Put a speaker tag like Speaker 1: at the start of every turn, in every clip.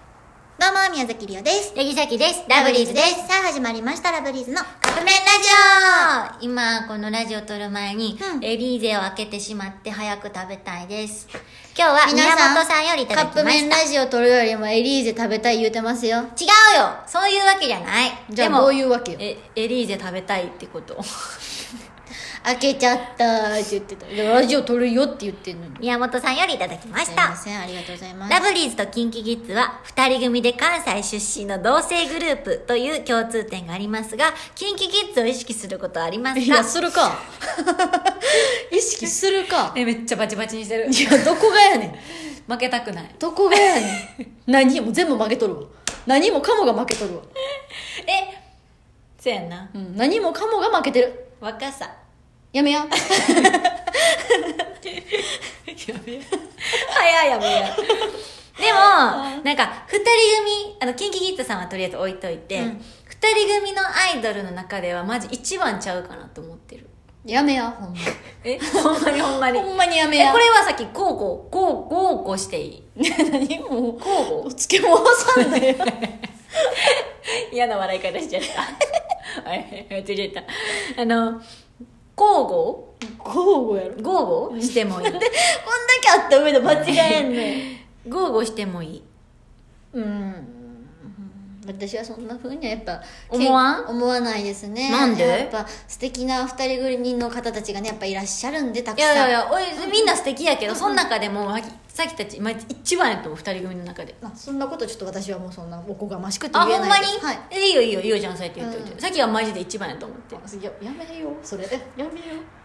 Speaker 1: も、宮崎りおです。
Speaker 2: ヤギザキです。
Speaker 1: す。さあ、始まりました、ラブリーズのカップ麺ラジ
Speaker 2: 今、このラジオ撮る前に、
Speaker 1: うん
Speaker 2: エリーゼを開けてしまって早く食べたいです。今日は
Speaker 1: 皆
Speaker 2: 宮
Speaker 1: さん
Speaker 2: 本さんよりい
Speaker 1: オ
Speaker 2: た
Speaker 1: カ
Speaker 2: だ
Speaker 1: ッ
Speaker 2: き
Speaker 1: プ
Speaker 2: ま
Speaker 1: 麺
Speaker 2: した。
Speaker 1: ラジオ撮るよりもエリーゼ食べたい言うてますよ。
Speaker 2: 違うよそういうわけじゃない。
Speaker 1: じゃあ
Speaker 2: でも
Speaker 1: どういうわけよ
Speaker 2: え、エリーゼ食べたいってこと。
Speaker 1: 開けちゃったーって言ってた。でラジオ撮るよって言ってんのに。
Speaker 2: 宮本さんよりいただきまし
Speaker 1: すいま
Speaker 2: た。
Speaker 1: せん、ありがとうございます。
Speaker 2: ラブリーズとキンキキッズは2人組で関西出身の同性グループという共通点がありますが、キンキキッズを意識することはあります
Speaker 1: い
Speaker 2: か
Speaker 1: や、するか。 意識するか。
Speaker 2: えめっちゃバチバチにしてる。
Speaker 1: いや、どこがやねん。
Speaker 2: 負けたくない。
Speaker 1: どこがやねん。 何も全部負けとるわ。何もかもが負けとるわ。
Speaker 2: えそやな
Speaker 1: うん、何もかもが負けてる。
Speaker 2: 若さ
Speaker 1: やめや。
Speaker 2: やべえ早いやべえでもなんか2人組あのキンキキッズさんはとりあえず置いとい
Speaker 1: う
Speaker 2: て、二
Speaker 1: ん
Speaker 2: 2人組のアイドルの中ではマジ一番ちゃうかなと思ってる
Speaker 1: やめや、ほんま。
Speaker 2: え ほんまにほんまに
Speaker 1: ほんまにやめ
Speaker 2: え
Speaker 1: や。
Speaker 2: これはさっきこうこうこうこうこうしていい
Speaker 1: 何もう、
Speaker 2: こう
Speaker 1: お
Speaker 2: こ
Speaker 1: 漬物さんで。
Speaker 2: う嫌な笑い方しちゃった あれ間違えたあの交互
Speaker 1: 交互やろ。こんだ
Speaker 2: 交互しても いい
Speaker 1: けあった上で間違えん ねん。
Speaker 2: 交互してもいい
Speaker 1: うん。私はそんな風にはやっぱ
Speaker 2: 思わん
Speaker 1: け思わないですね
Speaker 2: なんで
Speaker 1: やっぱ素敵な二人組の方たちがねやっぱいらっしゃるんでた
Speaker 2: い
Speaker 1: くさん
Speaker 2: やいやいやおいみんな素敵やけど、その中でもわきさきたち、まあ、一番やと思う二人組の中で
Speaker 1: まあ、そんなことちょっと私はもうそんなおこがましくって
Speaker 2: あ
Speaker 1: 言
Speaker 2: ほ
Speaker 1: え
Speaker 2: ん
Speaker 1: な
Speaker 2: ま
Speaker 1: い
Speaker 2: に
Speaker 1: です、、はい
Speaker 2: えいいよいいよいいよじゃんそうやって言っといて、
Speaker 1: うん
Speaker 2: さっきはマジで一番やと思って
Speaker 1: いややめようそれやめ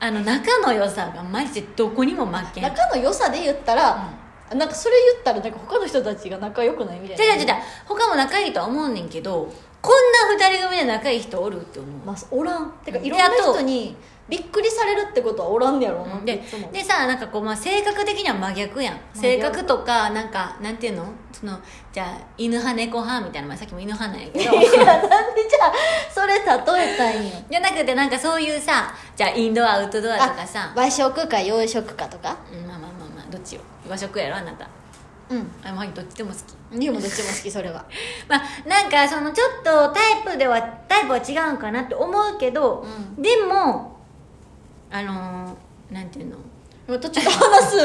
Speaker 2: あの仲の良さがマジでどこにも負けん
Speaker 1: よう仲の良さで言ったら、なんかそれ言ったらなんか他の人たちが仲良くないみたいな
Speaker 2: 違う違う違う他も仲いいとは思うねんけどこんな二人組で仲いい人おるって思う、
Speaker 1: まあ、おらんてか
Speaker 2: うん
Speaker 1: いろんな
Speaker 2: であと
Speaker 1: 人にびっくりされるってことはおらんねやろうな、
Speaker 2: で
Speaker 1: いつも
Speaker 2: でさなんかこう、まあ、性格的には真逆やん
Speaker 1: 逆
Speaker 2: 性格とかなんかなんていうのそのじゃあ犬派猫派みたいな、まあ、さっきも犬派なんやけ
Speaker 1: いや
Speaker 2: ど
Speaker 1: なんでじゃあそれ例えたいんよ
Speaker 2: じゃなくてなんかそういうさじゃあインドアアウトドアとかさ
Speaker 1: 和食か洋食かとか
Speaker 2: うんまあまあまあまあどっちよ和食やろあなた
Speaker 1: うん
Speaker 2: あまあどっちでも好き
Speaker 1: リュウもどっちも好きそれ は
Speaker 2: まあなんかそのちょっとタイプではタイプは違うんかなって思うけど、
Speaker 1: う
Speaker 2: でもあのー、なんていうの
Speaker 1: 今途中で話す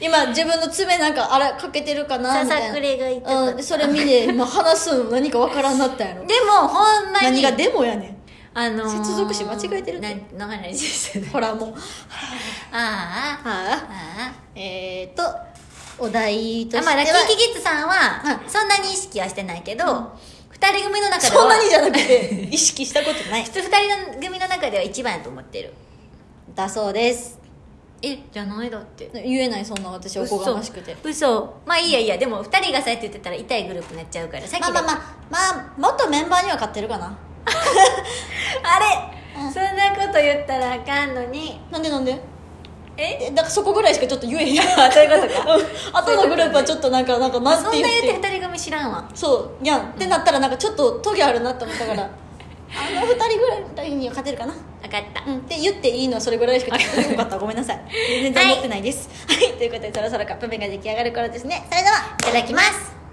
Speaker 1: 今自分の爪なんかあれかけてるかな
Speaker 2: さ
Speaker 1: みたい
Speaker 2: さ
Speaker 1: な
Speaker 2: くれがいた
Speaker 1: うん、それ見て今話すの何かわからんなったんやろ
Speaker 2: でもほんま
Speaker 1: 何
Speaker 2: に
Speaker 1: がでもやね
Speaker 2: あのー、
Speaker 1: 接続詞間違えてるって
Speaker 2: 何の話して
Speaker 1: ん
Speaker 2: た
Speaker 1: ほらもう
Speaker 2: ああ
Speaker 1: はあ
Speaker 2: ああ
Speaker 1: えー、とお題と
Speaker 2: あ
Speaker 1: して
Speaker 2: まあ、
Speaker 1: は
Speaker 2: ラッキーキキッズさんは
Speaker 1: は
Speaker 2: そんなに意識はしてないけど、二人組の中では
Speaker 1: そんなにじゃなくて意識したことない
Speaker 2: 普通2人の組の中では一番やと思ってる
Speaker 1: だそうです
Speaker 2: えじゃないだって
Speaker 1: 言えないそんな私おこがましくて
Speaker 2: 嘘嘘まあいいやいいやでも2人がそうやって言ってたら痛いグループになっちゃうからさっき
Speaker 1: まあ
Speaker 2: で
Speaker 1: まあまあまあ元メンバーには勝ってるかな
Speaker 2: あれ、そんなこと言ったらあかんのに
Speaker 1: なんでなんで
Speaker 2: え
Speaker 1: えだからそこぐらいしかちょっと言えへ ん
Speaker 2: そういうことか
Speaker 1: あとのグループはちょっとなんかなんか
Speaker 2: まあ
Speaker 1: な
Speaker 2: そ
Speaker 1: ん
Speaker 2: ん
Speaker 1: て
Speaker 2: な
Speaker 1: 言っ
Speaker 2: 言ってて2人組知らんわ
Speaker 1: そうやんってなったらなんかちょっとトゲあるなって思ったからあの二人ぐらいには勝てるかな
Speaker 2: 分かった
Speaker 1: うん、って言っていいのはそれぐらいしか言ってなかったごめんなさ い全然思ってないですはい、ということでそろそろカップ麺が出来上がる頃ですねそれではい
Speaker 2: ただきます